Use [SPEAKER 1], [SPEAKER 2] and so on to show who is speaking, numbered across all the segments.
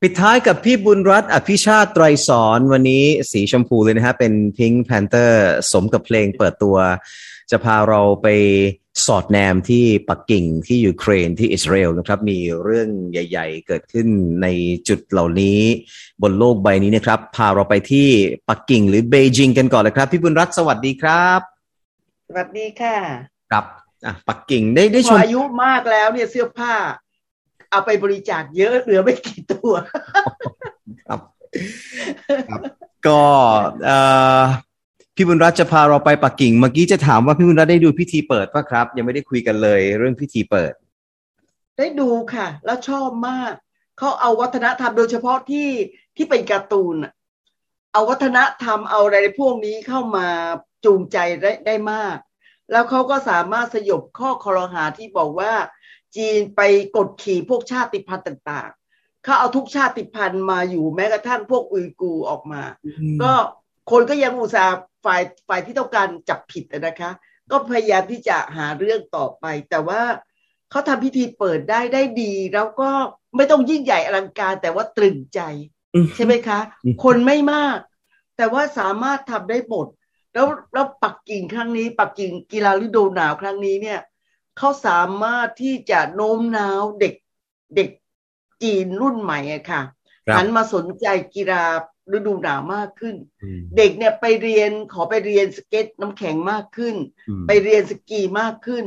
[SPEAKER 1] ปิดท้ายกับพี่บุญรัตน์อภิชาติไตรสอนวันนี้สีชมพูเลยนะฮะ เป็น Pink Panther สมกับเพลงเปิดตัว จะพาเราไปสอดแนมที่ปักกิ่งที่ยูเครนที่อิสราเอลนะครับ มีเรื่องใหญ่ ๆ เกิดขึ้นในจุดเหล่านี้ บนโลกใบนี้นะครับ พาเราไปที่ปักกิ่งหรือเบจิงกันก่อนเลยครับ พี่บุญรัตน์สวัสดีครับ
[SPEAKER 2] สวัสดีค่ะ
[SPEAKER 1] ครับอ่ะปักกิ่งได้ได้
[SPEAKER 2] พ
[SPEAKER 1] ช
[SPEAKER 2] อ
[SPEAKER 1] ม
[SPEAKER 2] อายุมากแล้วเนี่ยเสื้อผ้า เอาไปบริจาคเยอะเหลือไม่กี่ตัว
[SPEAKER 1] ค รับ ก็เอ่อพี่บุญรัตน์จะพาเราไปปักกิ่ง เมื่อกี้จะถามว่าพี่บุญรัตน์ได้ดูพิธีเปิดป่ะครับ ยังไม่ได้คุยกันเลยเรื่องพิธีเปิด
[SPEAKER 2] ได้ดูค่ะ แล้วชอบมาก เขาเอาวัฒนธรรมโดยเฉพาะที่ที่เป็นการ์ตูนน่ะเอาวัฒนธรรมเอาอะไรพวกนี้เข้ามาจูงใจได้ได้มาก แล้วเขาก็สามารถสยบข้อคอรหาที่บอกว่า จีนไปกดขี่พวกชาติพันธุ์ต่าง ๆ เขาเอาทุกชาติพันธุ์มาอยู่แม้กระทั่งพวกอุยกูร์ออกมา ก็คนก็ยังอุตส่าห์ฝ่ายฝ่ายที่ต้องการจับผิดอะนะคะ ก็พยายามที่จะหาเรื่องต่อไป แต่ว่าเขาทำพิธีเปิดได้ได้ดี แล้วก็ไม่ต้องยิ่งใหญ่อลังการแต่ว่าตรึงใจ ใช่ไหมคะ
[SPEAKER 1] อืม
[SPEAKER 2] คนไม่มาก แต่ว่าสามารถทำได้หมด แล้วแล้วปักกิ่งครั้งนี้ ปักกิ่งกีฬาฤดูหนาวครั้งนี้เนี่ยเขาสามารถที่จะโน้มน้าวเด็กเด็กจีนรุ่นใหม่อะค่ะ
[SPEAKER 1] ครับ
[SPEAKER 2] หันมาสนใจกีฬาฤดูหนาวมากขึ้น เด็กเนี่ยไปเรียนขอไปเรียนสเก็ตน้ำแข็งมากขึ้น ไปเรียนสกีมากขึ้น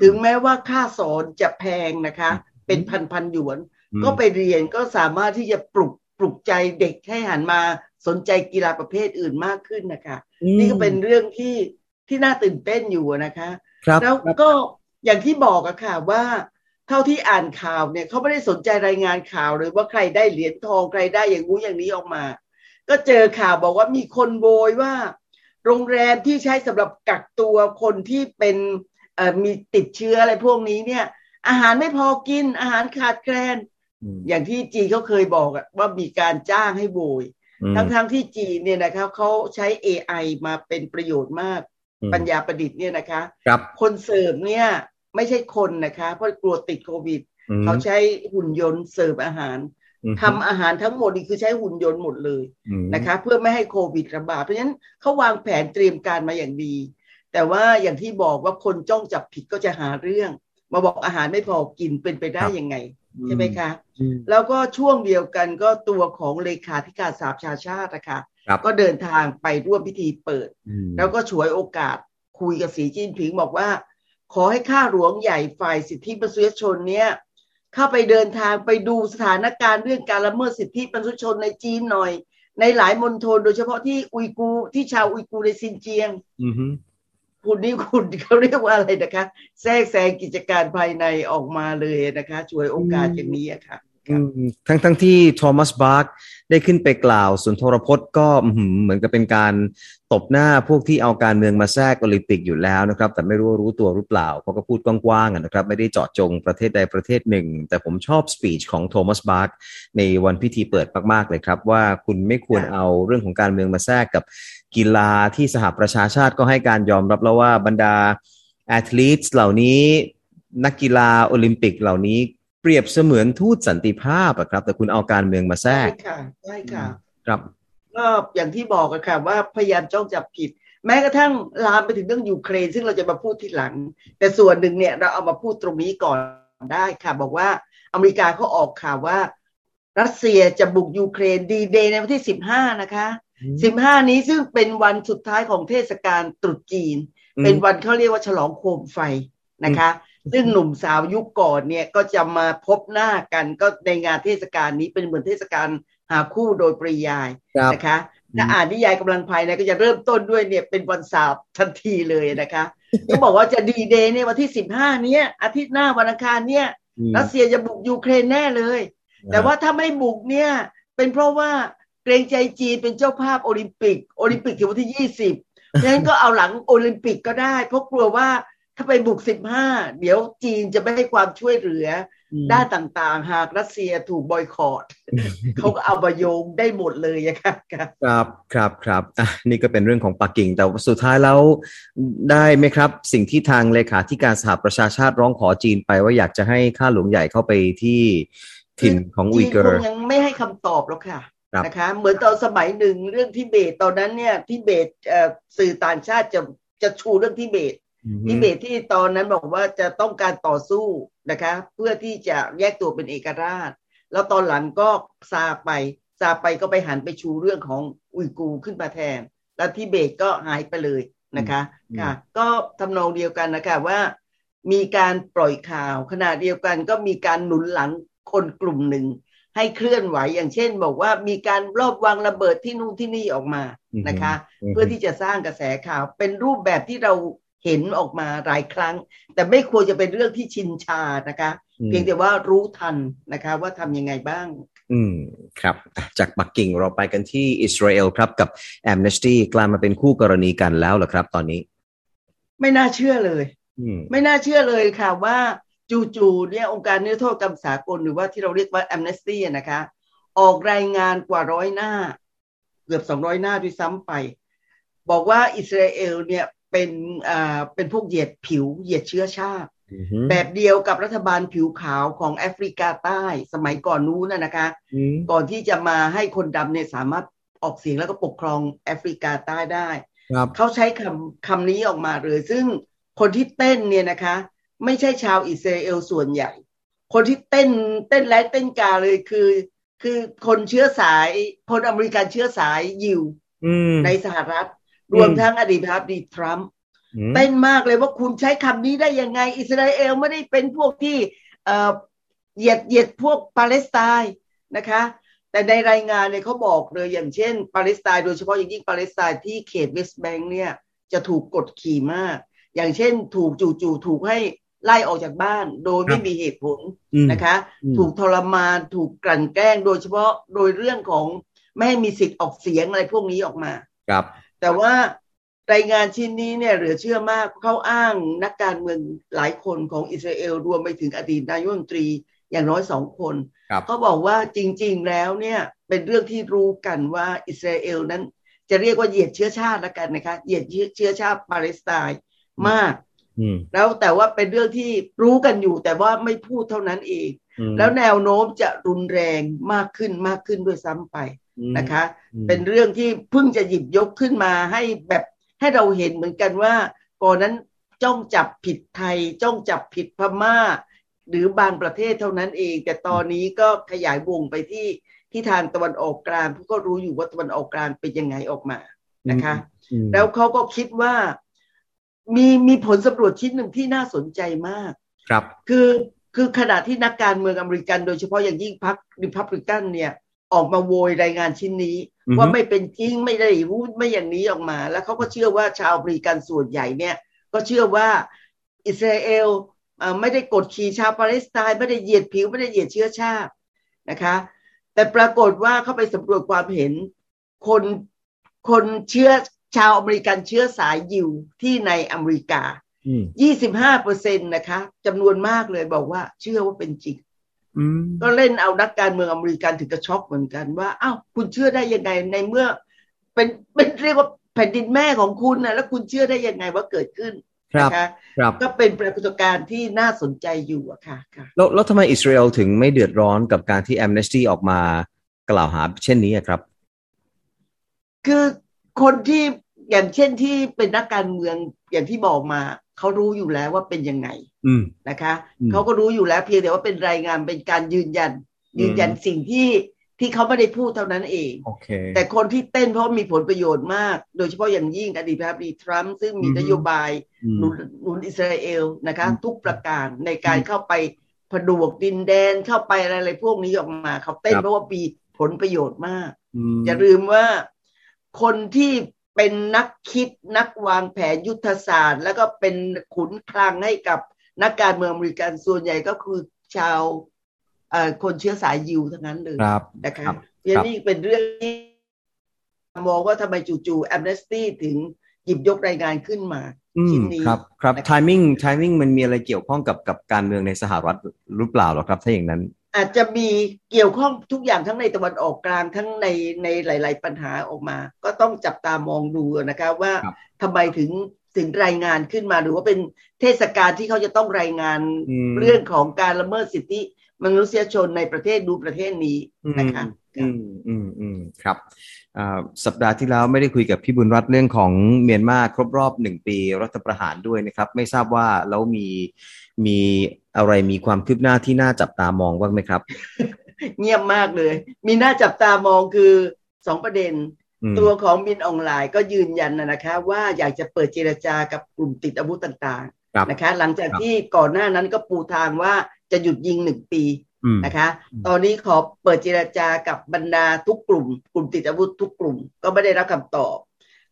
[SPEAKER 2] ถึงแม้ว่าค่าสอนจะแพงนะคะ เป็นพันพันๆหยวน ก็ไปเรียนก็สามารถที่จะปลุกปลุกใจเด็กให้หันมาสนใจกีฬาประเภทอื่นมากขึ้นนะคะ นี่ก็เป็นเรื่องที่ที่น่าตื่นเต้นอยู่นะคะ
[SPEAKER 1] ครับ
[SPEAKER 2] แล้วก็อย่างที่บอกอะค่ะว่า เท่าที่อ่านข่าวเนี่ยเขาไม่ได้สนใจรายงานข่าวเลยว่าใครได้เหรียญทองใครได้อย่างงู้อย่างนี้ออกมา ก็เจอข่าวบอกว่ามีคนโวยว่า โรงแรมที่ใช้สำหรับกักตัวคนที่เป็นเอ่อมีติดเชื้ออะไรพวกนี้เนี่ย อาหารไม่พอกินอาหารขาดแคลน อย่างที่จีนเขาเคยบอกอะว่ามีการจ้างให้โวย ทั้งๆที่จีนเนี่ยนะครับเขาใช้ AI มาเป็นประโยชน์มากปัญญาประดิษฐ์เนี่ยนะคะ
[SPEAKER 1] ครับ
[SPEAKER 2] คนเสิร์ฟเนี่ยไม่ใช่คนนะคะ เพราะกลัวติดโควิด เขาใช้หุ่นยนต์เสิร์ฟอาหารทำอาหารทั้งหมดนี่คือใช้หุ่นยนต์หมดเลยนะคะ เพื่อไม่ให้โควิดระบาดเพราะฉะนั้นเขาวางแผนเตรียมการมาอย่างดี แต่ว่าอย่างที่บอกว่าคนจ้องจับผิดก็จะหาเรื่อง มาบอกอาหารไม่พอกินเป็นไปได้ยังไงใช่ไหมคะ แล้วก็ช่วงเดียวกันก็ตัวของเลขาธิการสาชาชาตินะคะ
[SPEAKER 1] ครับ
[SPEAKER 2] ก็เดินทางไปร่วมพิธีเปิด แล้วก็ฉวยโอกาสคุยกับสีจิ้นผิงบอกว่า ขอให้ข้าหลวงใหญ่ฝ่ายสิทธิมนุษยชนเนี่ยเข้าไปเดินทางไปดูสถานการณ์เรื่องการละเมิดสิทธิมนุษยชนในจีนหน่อย ในหลายมณฑลโดยเฉพาะที่อุยกูร์ที่ชาวอุยกูร์ในซินเจียง
[SPEAKER 1] อืมฮึ
[SPEAKER 2] คุณนี่คุณ เขาเรียกว่าอะไรนะคะ แทรกแซงกิจการภายในออกมาเลยนะคะฉวยโอกาสอย่างนี้อะค่ะ
[SPEAKER 1] อืมทั้งทั้งที่โทมัสบาร์กได้ขึ้นไปกล่าวสุนทรพจน์ก็อื้อหือเหมือนกับเป็นการตบหน้าพวกที่เอาการเมืองมาแทรกโอลิมปิกอยู่แล้วนะครับ แต่ไม่รู้ว่ารู้ตัวหรือเปล่าเพราะก็พูดกว้างๆอะนะครับ ไม่ได้เจาะจงประเทศใดประเทศหนึ่ง แต่ผมชอบสปีชของโทมัสบาร์ก ในวันพิธีเปิดมาก ๆ เลยครับว่าคุณไม่ควร
[SPEAKER 2] ค่ะ
[SPEAKER 1] เอาเรื่องของการเมืองมาแทรกกับกีฬาที่สหประชาชาติก็ให้การยอมรับแล้วว่าบรรดาแอทลีตเหล่านี้นักกีฬาโอลิมปิกเหล่านี้เปรียบเสมือนทูตสันติภาพอะครับ แต่คุณเอาการเมืองมาแทรก
[SPEAKER 2] ใช่ค่ะใช่ค่ะ
[SPEAKER 1] ครับ
[SPEAKER 2] ก็อย่างที่บอกกันค่ะว่าพยายามจ้องจับผิด แม้กระทั่งลามไปถึงเรื่องยูเครน ซึ่งเราจะมาพูดทีหลัง แต่ส่วนหนึ่งเนี่ยเราเอามาพูดตรงนี้ก่อนได้ค่ะ บอกว่าอเมริกาเขาออกข่าวว่า รัสเซียจะบุกยูเครนดีเดย์ในวันที่ 15 นะคะ 15 นี้ซึ่งเป็นวันสุดท้ายของเทศกาลตรุษจีน เป็นวันเขาเรียกว่าฉลองโคมไฟนะคะ ซึ่งหนุ่มสาวยุคก่อนเนี่ยก็จะมาพบหน้ากันก็ในงานเทศกาลนี้เป็นเหมือนเทศกาลหาคู่โดยปริยาย
[SPEAKER 1] ครับ
[SPEAKER 2] นะคะ
[SPEAKER 1] อืม
[SPEAKER 2] ถ้าอ่านนิยายกำลังภายในก็จะเริ่มต้นด้วยเนี่ยเป็นวันเสาร์ทันทีเลย นะคะเขาบอกว่าจะดีเดย์เนี่ยวันที่สิบห้าเนี้ยอาทิตย์หน้าวันอังคารเนี่ย
[SPEAKER 1] อืม
[SPEAKER 2] รัสเซียจะบุกยูเครนแน่เลย แต่ว่าถ้าไม่บุกเนี่ยเป็นเพราะว่าเกรงใจจีนเป็นเจ้าภาพโอลิมปิกโอลิมปิกคือวันที่ยี่สิบฉะนั้นก็เอาหลังโอลิมปิกก็ได้ เพราะกลัวว่าถ้าไปบุกสิบห้าเดี๋ยวจีนจะไม่ให้ความช่วยเหลือ ด้านต่างๆ หากรัสเซียถูกบอยคอรดเขาก็เอามาโยงได้หมดเลยอะค่ะ
[SPEAKER 1] ครับครับครับอ่ะนี่ก็เป็นเรื่องของปักกิ่ง แต่ว่าสุดท้ายแล้วได้ไหมครับ สิ่งที่ทางเลขาธิการสหประชาชาติร้องขอจีนไปว่าอยากจะให้ข้าหลวงใหญ่เข้าไปที่ ถิ่นของอุยเกอ
[SPEAKER 2] จีนค
[SPEAKER 1] ร์
[SPEAKER 2] งยังไม่ให้คำตอบหรอกค่ะ
[SPEAKER 1] ครับ
[SPEAKER 2] นะคะ เหมือนตอนสมัยหนึ่งเรื่องทิเบตตอนนั้นเนี่ยทิเบตเอ่อสื่อต่างชาติจะจะชูเรื่องทิเบต
[SPEAKER 1] อือฮึ
[SPEAKER 2] ทิเบตที่ตอนนั้นบอกว่าจะต้องการต่อสู้นะคะ เพื่อที่จะแยกตัวเป็นเอกราช แล้วตอนหลังก็ซาไปซาไปก็ไปหันไปชูเรื่องของอุยกูร์ขึ้นมาแทน แล้วทิเบตก็หายไปเลยนะคะค่ะ ก็ทำนองเดียวกันนะคะว่า มีการปล่อยข่าวขณะเดียวกันก็มีการหนุนหลังคนกลุ่มหนึ่ง ให้เคลื่อนไหวอย่างเช่น บอกว่ามีการรอบวางระเบิดที่นู่นที่นี่ออกมานะคะ
[SPEAKER 1] ฮึ
[SPEAKER 2] เพื่อที่จะสร้างกระแสข่าว เป็นรูปแบบที่เราเห็นออกมาหลายครั้ง แต่ไม่ควรจะเป็นเรื่องที่ชินชานะคะ
[SPEAKER 1] อืม
[SPEAKER 2] เพียงแต่ว่ารู้ทันนะคะ ว่าทำยังไงบ้าง
[SPEAKER 1] อืมครับอ่ะจากปักกิ่งเราไปกันที่อิสราเอลครับกับ Amnesty กลายมาเป็นคู่กรณีกันแล้วเหรอครับตอนนี้
[SPEAKER 2] ไม่น่าเชื่อเลย
[SPEAKER 1] อืม
[SPEAKER 2] ไม่น่าเชื่อเลยค่ะว่าจู่ๆเนี่ยองค์การนิรโทษกรรมสากลหรือว่าที่เราเรียกว่า Amnesty อะนะคะ ออกรายงานกว่าร้อยหน้า เกือบสองร้อยหน้าด้วยซ้ำไป บอกว่าอิสราเอลเนี่ยเป็นอ่าเป็นพวกเหยียดผิวเหยียดเชื้อชาติ
[SPEAKER 1] อือฮึ
[SPEAKER 2] แบบเดียวกับรัฐบาลผิวขาวของแอฟริกาใต้สมัยก่อนนู้นนะนะคะ
[SPEAKER 1] อืม
[SPEAKER 2] ก่อนที่จะมาให้คนดำเนี่ยสามารถออกเสียงแล้วก็ปกครองแอฟริกาใต้ได้
[SPEAKER 1] ครับ
[SPEAKER 2] เขาใช้คำคำนี้ออกมาเลยซึ่งคนที่เต้นเนี่ยนะคะ ไม่ใช่ชาวอิสราเอลส่วนใหญ่ คนที่เต้นเต้นและเต้นกาเลยคือ คือคนเชื้อสายคนอเมริกันเชื้อสายยิว
[SPEAKER 1] อืม
[SPEAKER 2] ในสหรัฐ
[SPEAKER 1] อืม
[SPEAKER 2] รวมทั้งอดีตประธานาธิบดีทรัมป์
[SPEAKER 1] อืม
[SPEAKER 2] เต้นมากเลยว่าคุณใช้คำนี้ได้ยังไง อิสราเอลไม่ได้เป็นพวกที่เอ่อเหยียดเหยียดพวกปาเลสไตน์นะคะ แต่ในรายงานเนี่ยเขาบอกเลยอย่างเช่น ปาเลสไตน์โดยเฉพาะอย่างยิ่งปาเลสไตน์ที่เขตเวสต์แบงค์เนี่ยจะถูกกดขี่มาก อย่างเช่นถูกจู่ๆถูกให้ไล่ออกจากบ้าน โดย
[SPEAKER 1] ค
[SPEAKER 2] ไม่
[SPEAKER 1] รับ
[SPEAKER 2] มีเหตุผล
[SPEAKER 1] อืม
[SPEAKER 2] นะคะ
[SPEAKER 1] อืม
[SPEAKER 2] ถูกทรมานถูกกลั่นแกล้งโดยเฉพาะโดยเรื่องของไม่ให้มีสิทธิ์ออกเสียงอะไรพวกนี้ออกมา
[SPEAKER 1] ครับ
[SPEAKER 2] แต่ว่ารายงานชิ้นนี้เนี่ยเหลือเชื่อมากเขาอ้างนักการเมืองหลายคนของอิสราเอลรวมไปถึงอดีตนายกรัฐมนตรีอย่างน้อยสองคน
[SPEAKER 1] ครับ
[SPEAKER 2] เขาบอกว่าจริงๆแล้วเนี่ยเป็นเรื่องที่รู้กันว่าอิสราเอลนั้น จะเรียกว่าเหยียดเชื้อชาติละกันนะคะเหยียดเชื้อชาติปาเลสไตน์มาก
[SPEAKER 1] อืม
[SPEAKER 2] แล้วแต่ว่าเป็นเรื่องที่รู้กันอยู่ แต่ว่าไม่พูดเท่านั้นเอง
[SPEAKER 1] อืม
[SPEAKER 2] แล้วแนวโน้มจะรุนแรงมากขึ้นมากขึ้นด้วยซ้ำไปนะคะ
[SPEAKER 1] อืม
[SPEAKER 2] เป็นเรื่องที่เพิ่งจะหยิบยกขึ้นมาให้แบบให้เราเห็นเหมือนกันว่าก่อนนั้นจ้องจับผิดไทย จ้องจับผิดพม่า หรือบางประเทศเท่านั้นเอง แต่ตอนนี้ก็ขยายวงไปที่ที่ทางตะวันออกกลางเพราะก็รู้อยู่ว่าตะวันออกกลางเป็นยังไงออกมานะคะ
[SPEAKER 1] อืม
[SPEAKER 2] แล้วเขาก็คิดว่ามีมีผลสำรวจชิ้นหนึ่งที่น่าสนใจมาก
[SPEAKER 1] ครับ
[SPEAKER 2] คือคือขณะที่นักการเมืองอเมริกันโดยเฉพาะอย่างยิ่งพรรคริพับลิกันเนี่ย ออกมาโวยรายงานชิ้นนี้
[SPEAKER 1] อือฮึ
[SPEAKER 2] ว่าไม่เป็นจริงไม่ได้รู้ไม่อย่างนี้ออกมา แล้วเขาก็เชื่อว่าชาวอเมริกันส่วนใหญ่เนี่ย ก็เชื่อว่าอิสราเอลเอ่อไม่ได้กดขี่ชาวปาเลสไตน์ไม่ได้เหยียดผิวไม่ได้เหยียดเชื้อชาตินะคะ แต่ปรากฏว่าเขาไปสำรวจความเห็น คนคนเชื้อชาวอเมริกันเชื้อสายยิวที่ในอเมริกา
[SPEAKER 1] อืม
[SPEAKER 2] 25เปอร์เซ็นต์นะคะจำนวนมากเลยบอกว่าเชื่อว่าเป็นจริง
[SPEAKER 1] อืม
[SPEAKER 2] ก็เล่นเอานักการเมืองอเมริกันถึงกับช็อกเหมือนกันว่าอ้าวคุณเชื่อได้ยังไงในเมื่อ เป็นเป็นเรียกว่าแผ่นดินแม่ของคุณนะแล้วคุณเชื่อได้ยังไงว่าเกิดขึ้น
[SPEAKER 1] ครับ
[SPEAKER 2] นะคะ
[SPEAKER 1] ครับ
[SPEAKER 2] ก็เป็นปรากฏการณ์ที่น่าสนใจอยู่อะค่ะค่ะ
[SPEAKER 1] แล้วแล้วทำไมอิสราเอลถึงไม่เดือดร้อนกับการที่ Amnesty ออกมากล่าวหาเช่นนี้อะครับ
[SPEAKER 2] คือคนที่อย่างเช่นที่เป็นนักการเมืองอย่างที่บอกมาเขารู้อยู่แล้วว่าเป็นยังไง
[SPEAKER 1] อืม
[SPEAKER 2] นะคะ
[SPEAKER 1] อืม
[SPEAKER 2] เขาก็รู้อยู่แล้วเพียงแต่ว่าเป็นรายงานเป็นการยืนยัน
[SPEAKER 1] ม
[SPEAKER 2] ยืนยันสิ่งที่ที่เขาไม่ได้พูดเท่านั้นเอง
[SPEAKER 1] โอเค
[SPEAKER 2] แต่คนที่เต้นเพราะมีผลประโยชน์มาก โดยเฉพาะอย่างยิ่งอดีตประธานาธิบดีทรัมป์ซึ่งมี
[SPEAKER 1] อืม
[SPEAKER 2] นโยบาย
[SPEAKER 1] อืม
[SPEAKER 2] หนุนหนุนอิสราเอลนะคะ
[SPEAKER 1] อืม
[SPEAKER 2] ทุกประการในการ
[SPEAKER 1] อืม
[SPEAKER 2] เข้าไปผดวกดินแดนเข้าไปอะไรๆพวกนี้ออกมาเขาเต้น
[SPEAKER 1] ครับ
[SPEAKER 2] เพราะว่ามีผลประโยชน์มาก
[SPEAKER 1] อืม
[SPEAKER 2] อย่าลืมว่าคนที่เป็นนักคิดนักวางแผนยุทธศาสตร์ แล้วก็เป็นขุนคลังให้กับนักการเมืองอเมริกันส่วนใหญ่ก็คือชาวเอ่อคนเชื้อสายยิวทั้งนั้นเลย
[SPEAKER 1] ครับ
[SPEAKER 2] นะคะ
[SPEAKER 1] ครับ
[SPEAKER 2] เรื่องนี้เป็นเรื่องที่มองว่าทำไมจู่ๆแอมเนสตี้ถึงหยิบยกรายงานขึ้นมา
[SPEAKER 1] อื
[SPEAKER 2] ชิ้
[SPEAKER 1] ม
[SPEAKER 2] นนี้
[SPEAKER 1] ครับครับ
[SPEAKER 2] นะครับ
[SPEAKER 1] ไทมิ่งไทมิ่งมันมีอะไรเกี่ยวข้องกับกับการเมืองในสหรัฐหรือเปล่าหรอครับ ถ้าอย่างนั้น
[SPEAKER 2] อาจจะมีเกี่ยวข้องทุกอย่างทั้งในตะวันออกกลางทั้งในในหลาย ๆ ปัญหาออกมา ก็ต้องจับตามองดูนะคะว่า
[SPEAKER 1] ครับ
[SPEAKER 2] ทำไมถึงถึงรายงานขึ้นมาหรือว่าเป็นเทศกาลที่เขาจะต้องรายงาน
[SPEAKER 1] อืม
[SPEAKER 2] เรื่องของการละเมิดสิทธิ มนุษยชนในประเทศดูประเทศนี้นะคะ
[SPEAKER 1] อืมอืมอืมครับอ่าสัปดาห์ที่แล้วไม่ได้คุยกับพี่บุญรัตน์เรื่องของเมียนมาครบรอบหนึ่งปีรัฐประหารด้วยนะครับ ไม่ทราบว่าแล้วมีมีอะไรมีความคืบหน้าที่น่าจับตามองบ้างไหมครับ
[SPEAKER 2] เงียบมากเลย มีหน้าจับตามองคือสองประเด็น
[SPEAKER 1] อืม
[SPEAKER 2] ตัวของมินออนไลน์ก็ยืนยันนะนะคะ ว่าอยากจะเปิดเจรจากับกลุ่มติดอาวุธต่าง
[SPEAKER 1] ครับ
[SPEAKER 2] ๆนะคะ หลังจาก
[SPEAKER 1] ครับ
[SPEAKER 2] ที่ก่อนหน้านั้นก็ปูทางว่าจะหยุดยิงหนึ่งปี
[SPEAKER 1] อืม
[SPEAKER 2] นะคะ
[SPEAKER 1] อืม
[SPEAKER 2] ตอนนี้ขอเปิดเจรจากับบรรดาทุกกลุ่ม กลุ่มติดอาวุธทุกกลุ่มก็ไม่ได้รับคำตอบ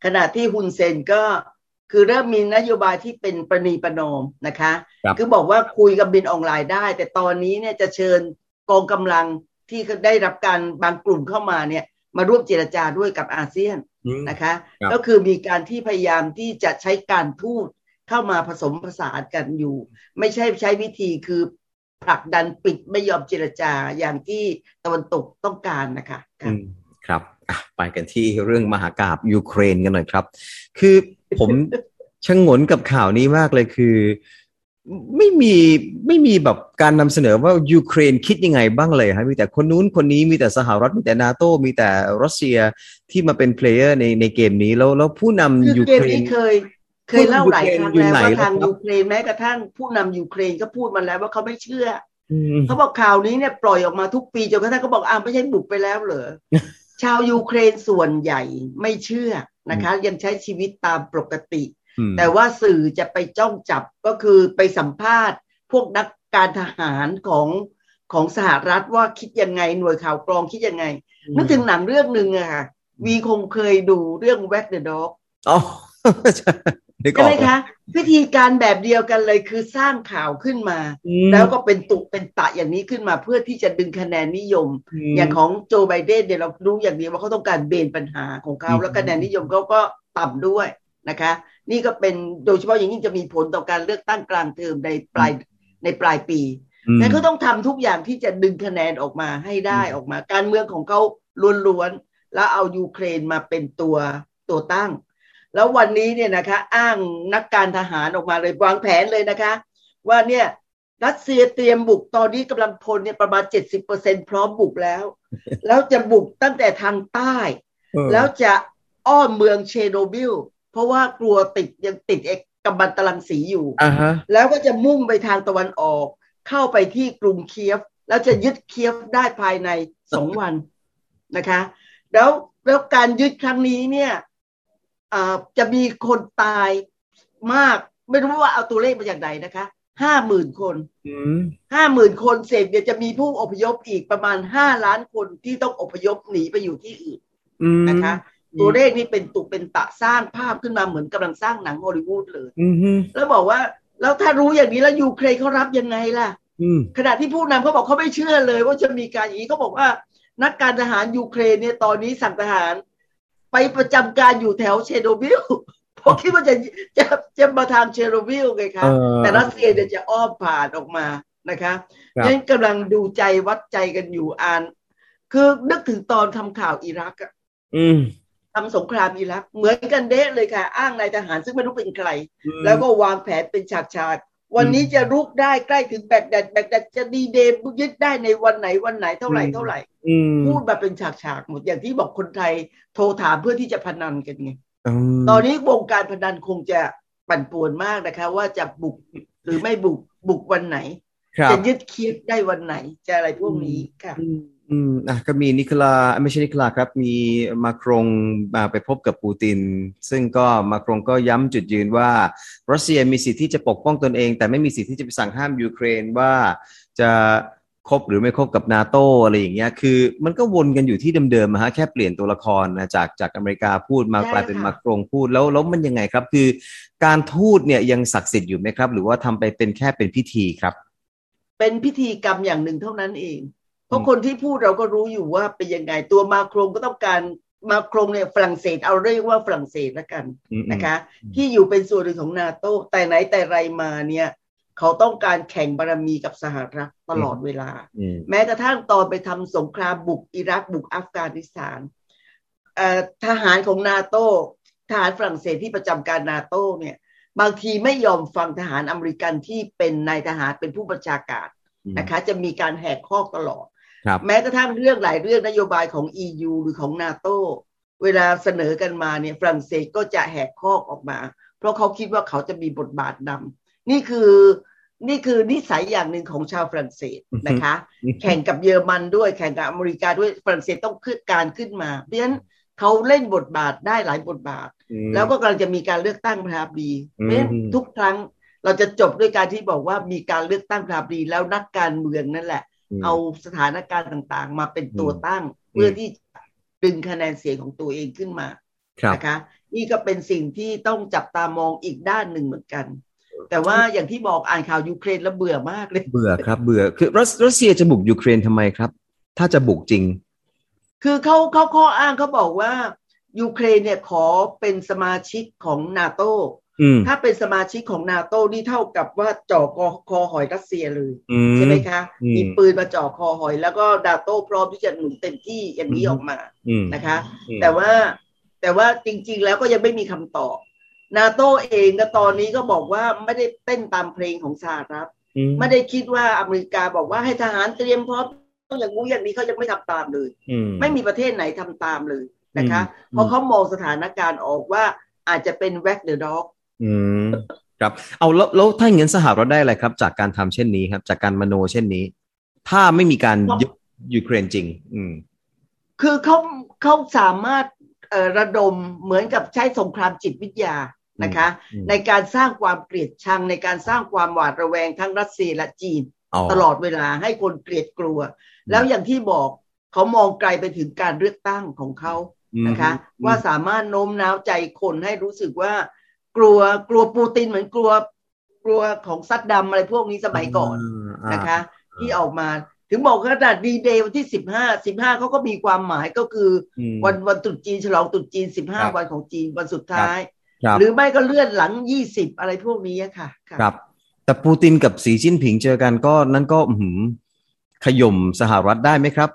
[SPEAKER 2] ขณะที่ฮุนเซนก็คือเริ่มมีนโยบายที่เป็นประนีประนอมนะคะ
[SPEAKER 1] ครับ
[SPEAKER 2] คือบอกว่าคุยกับบินออนไลน์ได้ แต่ตอนนี้เนี่ยจะเชิญกองกำลังที่ได้รับการบางกลุ่มเข้ามาเนี่ยมาร่วมเจรจาด้วยกับอาเซียน
[SPEAKER 1] อืม
[SPEAKER 2] นะคะ
[SPEAKER 1] ครับ
[SPEAKER 2] ก็คือมีการที่พยายามที่จะใช้การทูตเข้ามาผสมผสานกันอยู่ ไม่ใช่ใช้วิธีคือผลักดันปิดไม่ยอมเจรจาอย่างที่ตะวันตกต้องการนะคะ
[SPEAKER 1] อื
[SPEAKER 2] ค่ะ
[SPEAKER 1] มครับอ่ะไปกันที่เรื่องมหากาบยูเครนกันหน่อยครับ คือผม ชะงนกับข่าวนี้มากเลยคือ ไม่มีไม่มีแบบการนำเสนอว่ายูเครนคิดยังไงบ้างเลยฮะมีแต่คนนู้นคนนี้มีแต่สหรัฐมีแต่นาโตมีแต่รัสเซียที่มาเป็นเพลเยอร์ในในเกมนี้แล้วแล้วผู้นำ
[SPEAKER 2] คือ
[SPEAKER 1] ยู
[SPEAKER 2] เก
[SPEAKER 1] เค
[SPEAKER 2] ม
[SPEAKER 1] รน
[SPEAKER 2] นี้เคย เคยเล่าหลายครั้ง
[SPEAKER 1] ยูเครนอยู่
[SPEAKER 2] แล้ว
[SPEAKER 1] ไหนแล้ว
[SPEAKER 2] ว่าทาง
[SPEAKER 1] ครับ
[SPEAKER 2] ยูเครนแม้กระทั่งผู้นำยูเครนก็พูดมาแล้วว่าเขาไม่เชื่อ
[SPEAKER 1] อืม
[SPEAKER 2] เขาบอกข่าวนี้เนี่ยปล่อยออกมาทุกปีจนกระทั่งเขาบอกอ้าวไม่ใช่บุกไปแล้วเหร อ ชาวยูเครนส่วนใหญ่ไม่เชื่อนะคะ ยังใช้ชีวิตตามปกติ แต่ว่าสื่อจะไปจ้องจับก็คือไปสัมภาษณ์ พวกนักการทหารของของสหรัฐว่าคิดยังไงหน่วยข่าวกรองคิดยังไง นึกถึงหนังเรื่องหนึ่งอะค่ะวีคงเคยดูเรื่อง Wag the Dog
[SPEAKER 1] อ๋อ ใช่นึกอ
[SPEAKER 2] ใช่
[SPEAKER 1] อก
[SPEAKER 2] ไหมคะวิธีการแบบเดียวกันเลยคือสร้างข่าวขึ้นมา
[SPEAKER 1] อืม
[SPEAKER 2] แล้วก็เป็นตุเป็นตะอย่างนี้ขึ้นมาเพื่อที่จะดึงคะแนนนิยม
[SPEAKER 1] ม
[SPEAKER 2] อย่างของโจไบเดนเนี่ยเรารู้อย่างเดียวว่าเขาต้องการเบนปัญหาของเขา
[SPEAKER 1] อืม
[SPEAKER 2] แล้วคะแนนนิยมเขาก็ต่ำด้วยนะคะ นี่ก็เป็นโดยเฉพาะอย่างยิ่งจะมีผลต่อการเลือกตั้งกลางเทอมในปลายในปลายปี
[SPEAKER 1] อืม
[SPEAKER 2] นั้นก็ต้องทำทุกอย่างที่จะดึงคะแนนออกมาให้ได้
[SPEAKER 1] อืม
[SPEAKER 2] ออกมา การเมืองของเขาล้วนๆแล้วเอายูเครนมาเป็นตัวตัวตั้ง แล้ววันนี้เนี่ยนะคะ อ้างนักการทหารออกมาเลยวางแผนเลยนะคะ ว่าเนี่ยรัสเซียเตรียมบุกตอนนี้กำลังพลเนี่ยประมาณ 70%พร้อมบุกแล้ว แล้วจะบุกตั้งแต่ทางใต้
[SPEAKER 1] เออ
[SPEAKER 2] แล้วจะอ้อมเมืองเชโนบิล เพราะว่ากลัวติดยังติดเอกกัมมันตรังสีอยู่
[SPEAKER 1] อ่าฮะ
[SPEAKER 2] แล้วก็จะมุ่งไปทางตะวันออก เข้าไปที่กรุงเคียฟ แล้วจะยึดเคียฟได้ภายในสองวัน นะคะ แล้วแล้วการยึดครั้งนี้เนี่ยเอ่อจะมีคนตายมาก ไม่รู้ว่าเอาตัวเลขมาจากไหนนะคะห้าหมื่นคน
[SPEAKER 1] อืม
[SPEAKER 2] ห้าหมื่นคนเสร็จเดี๋ยวจะมีผู้อพยพอีกประมาณห้าล้านคนที่ต้องอพยพหนีไปอยู่ที่อื่น
[SPEAKER 1] อืม
[SPEAKER 2] นะคะ
[SPEAKER 1] อืม
[SPEAKER 2] ตัวเลขนี้เป็นตุเป็นตะสร้างภาพขึ้นมาเหมือนกำลังสร้างหนังฮอลลีวูดเลย
[SPEAKER 1] อืมฮึ
[SPEAKER 2] แล้วบอกว่าแล้วถ้ารู้อย่างนี้แล้วยูเครนเขารับยังไงล่ะ
[SPEAKER 1] อืม
[SPEAKER 2] ขณะที่ผู้นำเขาบอกเขาไม่เชื่อเลยว่าจะมีการอย่างนี้เขาบอกว่า นักการทหารยูเครนเนี่ยตอนนี้สั่งทหาร ไปประจำการอยู่แถวเชโนบิล เพราะคิดว่าจะจะจะมาทางเชโนบิลไงคะ
[SPEAKER 1] เออ
[SPEAKER 2] แต่รัสเซียเนี่ยจะอ้อมผ่านออกมานะคะ
[SPEAKER 1] ครับ
[SPEAKER 2] นั้นกำลังดูใจวัดใจกันอยู่อ่าน คือนึกถึงตอนทำข่าวอิรักอะ
[SPEAKER 1] อืม
[SPEAKER 2] ทำสงครามอิรัก เหมือนกันเดะเลยค่ะ อ้างนายทหารซึ่งไม่รู้เป็นใคร
[SPEAKER 1] อืม
[SPEAKER 2] แล้วก็วางแผนเป็นฉากฉากๆวันนี้จะรุกได้ใกล้ถึงแบกแดดแบกแดดจะดีเดย์ยึดได้ในวันไหนวันไหนเท่าไหร่
[SPEAKER 1] อืม
[SPEAKER 2] เท่าไหร่
[SPEAKER 1] อืม
[SPEAKER 2] พูดมาเป็นฉากฉากๆหมดอย่างที่บอกคนไทยโทรถามเพื่อที่จะพนันกันไง
[SPEAKER 1] ม
[SPEAKER 2] ตอนนี้วงการพนันคงจะปั่นป่วนมากนะคะ ว่าจะบุกหรือไม่บุกบุกวันไหน
[SPEAKER 1] ครับ
[SPEAKER 2] จะยึดเคียบได้วันไหนจะอะไรพวกนี้ค่ะ
[SPEAKER 1] อืมอืมอ่ะก็มีนิโคลาไม่ใช่นิโคลาครับ มีมาครงมาไปพบกับปูติน ซึ่งก็มาครงก็ย้ำจุดยืนว่า รัสเซียมีสิทธิ์ที่จะปกป้องตนเอง แต่ไม่มีสิทธิ์ที่จะไปสั่งห้ามยูเครนว่าจะคบหรือไม่คบกับนาโตอะไรอย่างเงี้ยคือ มันก็วนกันอยู่ที่เดิมๆอะฮะแค่เปลี่ยนตัวละครนะจากจากอเมริกาพูดมา
[SPEAKER 2] ใช่
[SPEAKER 1] กลายเป็น
[SPEAKER 2] ค่ะ
[SPEAKER 1] มาครงพูดแล้วแล้วมันยังไงครับ คือการทูตเนี่ยยังศักดิ์สิทธิ์อยู่ไหมครับ หรือว่าทำไปเป็นแค่เป็นพิธีครับ
[SPEAKER 2] เป็นพิธีกรรมอย่างหนึ่งเท่านั้นเอง เพ
[SPEAKER 1] อื
[SPEAKER 2] ราะ
[SPEAKER 1] ม
[SPEAKER 2] คนที่พูดเราก็รู้อยู่ว่าเป็นยังไงตัวมาโครงก็ต้องการมาโครงเนี่ยฝรั่งเศสเอาเรียกว่าฝรั่งเศสละกัน
[SPEAKER 1] อืม
[SPEAKER 2] นะคะ
[SPEAKER 1] อืม
[SPEAKER 2] ที่อยู่เป็นส่วนหนึ่งของนาโตแต่ไหนแต่ไรมาเนี่ยเขาต้องการแข่งบารมีกับสหรัฐตลอดเวลา
[SPEAKER 1] อืม
[SPEAKER 2] แม้กระทั่งตอนไปทำสงครามบุกอิรักบุกอัฟกานิสถานเอ่อทหารของนาโตทหารฝรั่งเศสที่ประจำการนาโตเนี่ย บางทีไม่ยอมฟังทหารอเมริกันที่เป็นนายทหารเป็นผู้บัญชาการ นะคะ จะมีการแหกข้อตลอด
[SPEAKER 1] ครับ
[SPEAKER 2] แม้กระทั่งเรื่องหลายเรื่องนโยบายของ EU หรือของนาโตเวลาเสนอกันมาเนี่ยฝรั่งเศสก็จะแหกข้อออกมา เพราะเขาคิดว่าเขาจะมีบทบาทนำนี่คือนี่คือนิสัยอย่างหนึ่งของชาวฝรั่งเศสนะคะ แข่งกับเยอรมันด้วยแข่งกับอเมริกาด้วยฝรั่งเศสต้องขึ้นการขึ้นมา เพราะฉะนั้นเขาเล่นบทบาทได้หลายบทบาท แล้วก็กำลังจะมีการเลือกตั้งประธานาธิบดี
[SPEAKER 1] อืม
[SPEAKER 2] เพราะฉะนั้นทุกครั้งเราจะจบด้วยการที่บอกว่ามีการเลือกตั้งประธานาธิบดีแล้วนักการเมืองนั่นแหละ
[SPEAKER 1] ม
[SPEAKER 2] เอาสถานการณ์ต่างๆ มาเป็น
[SPEAKER 1] อืม
[SPEAKER 2] ตัวตั้ง
[SPEAKER 1] อืม
[SPEAKER 2] เพื่อที่จะดึงคะแนนเสียงของตัวเองขึ้นมา
[SPEAKER 1] ครับ
[SPEAKER 2] นะคะนี่ก็เป็นสิ่งที่ต้องจับตามองอีกด้านหนึ่งเหมือนกัน แต่ว่าอย่างที่บอกอ่านข่าวยูเครนแล้วเบื่อมากเลย
[SPEAKER 1] เบื่อครับเบื่อคือรัสรัสเซียจะบุกยูเครนทำไมครับ ถ้าจะบุกจริง
[SPEAKER 2] คือเขาเขาข้ออ้างเขาบอกว่ายูเครนเนี่ยขอเป็นสมาชิกของนาโต
[SPEAKER 1] อืม
[SPEAKER 2] ถ้าเป็นสมาชิกของนาโตนี่เท่ากับว่าจ่อคอคอหอยรัสเซียเลย
[SPEAKER 1] อื
[SPEAKER 2] ใช่ไหมคะ
[SPEAKER 1] อืม
[SPEAKER 2] มีปืนมาจ่อคอหอย แล้วก็นาโตพร้อมที่จะหนุนเต็มที่อย่างนี้ออกมา
[SPEAKER 1] อืม
[SPEAKER 2] นะคะ
[SPEAKER 1] อืม
[SPEAKER 2] แต่ว่าแต่ว่าจริง ๆ แล้วก็ยังไม่มีคำตอบนาโตเองก็ตอนนี้ก็บอกว่าไม่ได้เต้นตามเพลงของสหรัฐ
[SPEAKER 1] อืม
[SPEAKER 2] ไม่ได้คิดว่าอเมริกาบอกว่าให้ทหารเตรียมพร้อมต้องอย่างงู้อย่างนี้เขายังไม่ทำตามเลย
[SPEAKER 1] อื
[SPEAKER 2] ไม่มีประเทศไหนทำตามเลยนะคะ
[SPEAKER 1] อืม
[SPEAKER 2] เพราะเขามองสถานการณ์ออกว่าอาจจะเป็นแว็กเดอะด็อก
[SPEAKER 1] อืมครับ เอาแล้วแล้วถ้าอย่างนั้นสหรัฐได้อะไรครับ จากการทำเช่นนี้ครับ จากการมโนเช่นนี้ ถ้าไม่มีการยึดยูเครนจริง อืม
[SPEAKER 2] คือเขาเขาสามารถเอ่อระดมเหมือนกับใช้สงครามจิตวิทยานะคะ
[SPEAKER 1] อืม
[SPEAKER 2] ในการสร้างความเกลียดชังในการสร้างความหวาดระแวงทั้งรัสเซียและจีน
[SPEAKER 1] เา
[SPEAKER 2] ตลอดเวลาให้คนเกลียดกลัว แล้วอย่างที่บอกเขามองไกลไปถึงการเลือกตั้งของเขานะคะ
[SPEAKER 1] อืม
[SPEAKER 2] ว่าสามารถโน้มน้าวใจคนให้รู้สึกว่า กลัวกลัวปูตินเหมือนกลัว กลัวของซัดดำอะไรพวกนี้สมัยก่อน
[SPEAKER 1] อ่า
[SPEAKER 2] นะคะ ที่ออกมาถึงบอกขนาดดีเดย์วันที่สิบห้าสิบห้าเขาก็มีความหมายก็คือ
[SPEAKER 1] อืม
[SPEAKER 2] วันวันตรุษจีนฉลองตรุษจีนสิบห้า
[SPEAKER 1] ครับ
[SPEAKER 2] วันของจีนวันสุดท้าย
[SPEAKER 1] ครับ
[SPEAKER 2] หรือไม่ก็เลื่อนหลังยี่สิบอะไรพวกนี้ค่ะะ
[SPEAKER 1] ครับ แต่ปูตินกับสีจิ้นผิงเจอกันก็นั่นก็อื้อหือขย่มสหรัฐได้ไหมครับ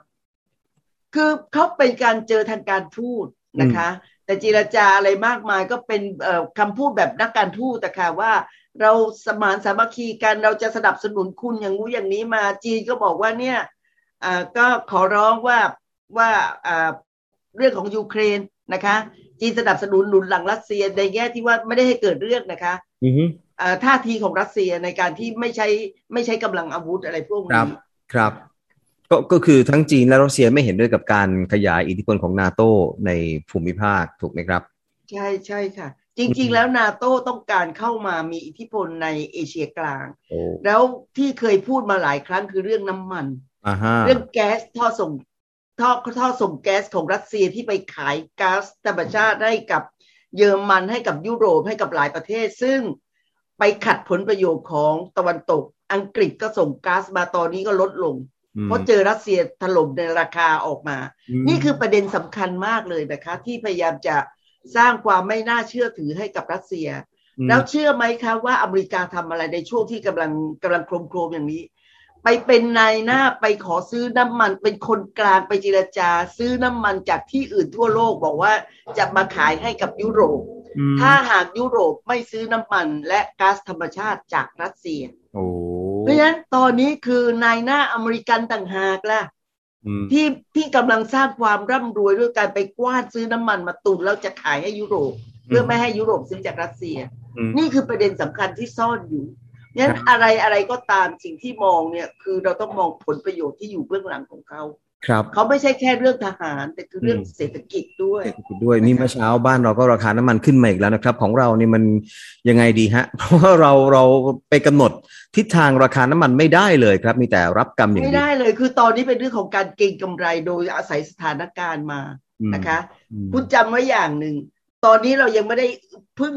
[SPEAKER 2] คือเขาเป็นการเจอทางการทูตนะคะ แต่เจีรจาอะไรมากมายก็เป็นเอ่อคำพูดแบบนักการทูตแต่ค่ะว่า เราสมานสามัคคีกันเราจะสนับสนุนคุณอย่างงู้อย่างนี้มาจีนก็บอกว่าเนี่ยอ่าก็ขอร้องว่าว่าอ่าเรื่องของยูเครนนะคะ จีนสนับสนุนหนุนหลังรัสเซียในแง่ที่ว่าไม่ได้ให้เกิดเรื่องนะคะ
[SPEAKER 1] อือฮึ
[SPEAKER 2] อ่าท่าทีของรัสเซียในการที่ไม่ใช้ไม่ใช้กำลังอาวุธอะไรพวก
[SPEAKER 1] ครับ
[SPEAKER 2] นี้
[SPEAKER 1] ครับ ก็ก็คือทั้งจีนและรัสเซียไม่เห็นด้วยกับการขยายอิทธิพลของนาโตในภูมิภาคถูกไหมครับ
[SPEAKER 2] ใช่ใช่ค่ะ จ
[SPEAKER 1] อื
[SPEAKER 2] ริ
[SPEAKER 1] ม
[SPEAKER 2] งๆแล้วนาโต้ต้องการเข้ามามีอิทธิพลในเอเชียกลาง
[SPEAKER 1] โอ้
[SPEAKER 2] แล้วที่เคยพูดมาหลายครั้งคือเรื่องน้ำมัน
[SPEAKER 1] อ่าฮะ
[SPEAKER 2] เรื่องแก๊สท่อส่งท่อท่อส่งแก๊สของรัสเซียที่ไปขายก๊าซธรรมชาติให้กับเยอรมันให้กับยุโรปให้กับหลายประเทศ ซึ่งไปขัดผลประโยชน์ของตะวันตก อังกฤษก็ส่งก๊าซมาตอนนี้ก็ลดลง
[SPEAKER 1] อืม
[SPEAKER 2] เพราะเจอรัสเซียถล่มในราคาออกมา
[SPEAKER 1] ม
[SPEAKER 2] นี่คือประเด็นสำคัญมากเลยนะคะ ที่พยายามจะสร้างความไม่น่าเชื่อถือให้กับรัสเซีย
[SPEAKER 1] อืม
[SPEAKER 2] แล้วเชื่อไหมคะว่าอเมริกาทำอะไรในช่วงที่กำลังกำลังโครมโครมอย่างนี้ ไปเป็นนายหน้าไปขอซื้อน้ำมันเป็นคนกลางไปเจรจา ซื้อน้ำมันจากที่อื่นทั่วโลกบอกว่าจะมาขายให้กับยุโรป
[SPEAKER 1] อืม
[SPEAKER 2] ถ้าหากยุโรปไม่ซื้อน้ำมันและก๊าซธรรมชาติจากรัสเซีย
[SPEAKER 1] โอ้
[SPEAKER 2] เพราะฉะนั้นตอนนี้คือนายหน้าอเมริกันต่างหากล่ะ
[SPEAKER 1] อืม
[SPEAKER 2] ที่ที่กำลังสร้างความร่ำรวยด้วยการไปกว้านซื้อน้ำมันมาตุนแล้วจะขายให้ยุโรป เพื่อไม่ให้ยุโรปซื้อจากรัสเซีย
[SPEAKER 1] อืม
[SPEAKER 2] นี่คือประเด็นสำคัญที่ซ่อนอยู่งั้
[SPEAKER 1] ครั
[SPEAKER 2] น
[SPEAKER 1] บ
[SPEAKER 2] อะไรอะไรก็ตามสิ่งที่มองเนี่ยคือเราต้องมองผลประโยชน์ที่อยู่เบื้องหลังของเขา
[SPEAKER 1] ครับ
[SPEAKER 2] เขาไม่ใช่แค่เรื่องทหาร แต่คือเรื่อง
[SPEAKER 1] อืม
[SPEAKER 2] เศรษฐกิจด้วย
[SPEAKER 1] เศรษฐกิจด้วยนี่เมื่อเช้าบ้านเราก็ราคาน้ำมันขึ้นมาอีกแล้วนะครับ ของเรานี่มันยังไงดีฮะ เพราะว่าเราเราไปกำหนดทิศทางราคาน้ำมันไม่ได้เลยครับ มีแต่รับกรรมอย่าง
[SPEAKER 2] ไม่
[SPEAKER 1] เดียว
[SPEAKER 2] ได้เลยคือตอนนี้เป็นเรื่องของการเก็งกำไรโดยอาศัยสถานการณ์มา
[SPEAKER 1] อืม
[SPEAKER 2] นะคะ
[SPEAKER 1] อืม
[SPEAKER 2] คุณจำไว้อย่างหนึ่ง ตอนนี้เรายังไม่ได้พึ่ง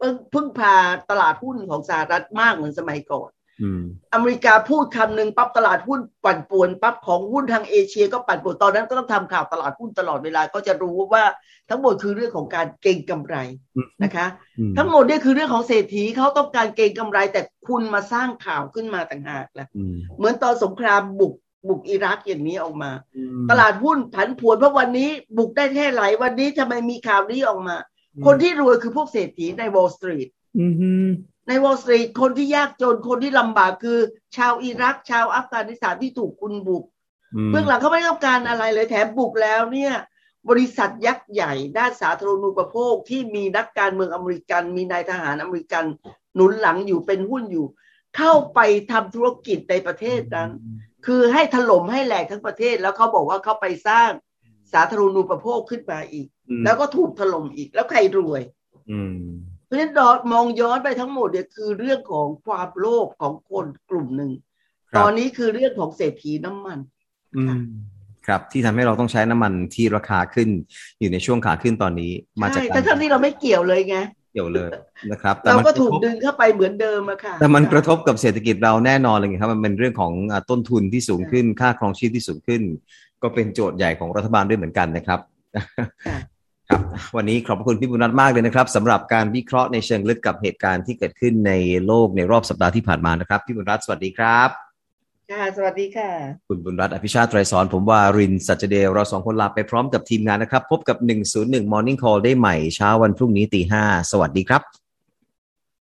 [SPEAKER 2] พึ่งพึ่งพาตลาดหุ้นของสหรัฐมากเหมือนสมัยก่อน
[SPEAKER 1] อืม
[SPEAKER 2] อเมริกาพูดคำหนึ่งปั๊บตลาดหุ้นปั่นป่วนปั๊บของหุ้นทางเอเชียก็ปั่นป่วนตอนนั้นก็ต้องทำข่าวตลาดหุ้นตลอดเวลาก็จะรู้ว่าทั้งหมดคือเรื่องของการเก็งกำไร
[SPEAKER 1] อืม
[SPEAKER 2] นะคะ
[SPEAKER 1] อืม
[SPEAKER 2] ทั้งหมดเนี่ยคือเรื่องของเศรษฐีเขาต้องการเก็งกำไร แต่คุณมาสร้างข่าวขึ้นมาต่างหากแหละ
[SPEAKER 1] อืม
[SPEAKER 2] เหมือนตอนสงครามบุกบุกอิรักอย่างนี้ออกมา
[SPEAKER 1] อืม
[SPEAKER 2] ตลาดหุ้นผันผวนเพราะวันนี้บุกได้แค่ไหนวันนี้ทำไมมีข่าวนี้ออกมา คนที่รวยคือพวกเศรษฐีในวอลสตรีท
[SPEAKER 1] อืม
[SPEAKER 2] ในวอลสตรีทคนที่ยากจนคนที่ลำบากคือ ชาวอิรัก ชาวอัฟกานิสถานที่ถูกคุณบุก
[SPEAKER 1] ม
[SPEAKER 2] เบื้องหลังเขาไม่ต้องการอะไรเลยแถมบุกแล้วเนี่ย บริษัทยักษ์ใหญ่ ด้านสาธารณูปโภคที่มีนักการเมืองอเมริกัน มีนายทหารอเมริกันหนุนหลังอยู่เป็นหุ้นอยู่ เข้าไปทำธุรกิจในประเทศนั้น คือให้ถล่มให้แหลกทั้งประเทศแล้วเขาบอกว่าเขาไปสร้างสาธารณูปโภคขึ้นมาอีก
[SPEAKER 1] อืม
[SPEAKER 2] แล้วก็ถูกถล่มอีกแล้วใครรวย
[SPEAKER 1] อืม
[SPEAKER 2] เพราะฉะนั้นเรามองย้อนไปทั้งหมดเนี่ยคือเรื่องของความโลภของคนกลุ่มหนึ่ง
[SPEAKER 1] ครับ
[SPEAKER 2] ตอนนี้คือเรื่องของเศรษฐีน้ำมัน
[SPEAKER 1] อืมครับ ที่ทำให้เราต้องใช้น้ำมันที่ราคาขึ้น อยู่ในช่วงขาขึ้นตอนนี้ มาจาก
[SPEAKER 2] ใช่
[SPEAKER 1] การ
[SPEAKER 2] ทั้งๆที่เราไม่เกี่ยวเลยไง
[SPEAKER 1] เกี่ยวเลยนะครับแต่
[SPEAKER 2] เรา
[SPEAKER 1] มัน
[SPEAKER 2] ก็
[SPEAKER 1] ระทบ
[SPEAKER 2] ถูกดึงเข้าไปเหมือนเดิมอะค่ะ
[SPEAKER 1] แต่มันกระทบกับเศรษฐกิจเราแน่นอนเลยครับ มันเป็นเรื่องของอ่าต้นทุนที่สูงขึ้น ค่าครองชีพที่สูงขึ้น ก็เป็นโจทย์ใหญ่ของรัฐบาลด้วยเหมือนกันนะครับ
[SPEAKER 2] ค่ะ
[SPEAKER 1] ครับวันนี้ขอบพระคุณพี่บุญรัตน์มากเลยนะครับสำหรับการวิเคราะห์ในเชิงลึกกับเหตุการณ์ที่เกิดขึ้นในโลกในรอบสัปดาห์ที่ผ่านมานะครับพี่บุญรัตน์สวัสดีครับ
[SPEAKER 2] ค่ะ สวัสดีค่ะ
[SPEAKER 1] คุณบุญรัตน์อภิชาติไตรสอนผมว่ารินทร์สัจเดลเราสองคนลาไปพร้อมกับทีมงานนะครับ พบกับ 101 Morning Call ได้ใหม่เช้าวันพรุ่งนี้ตีห้าสวัสดีครับ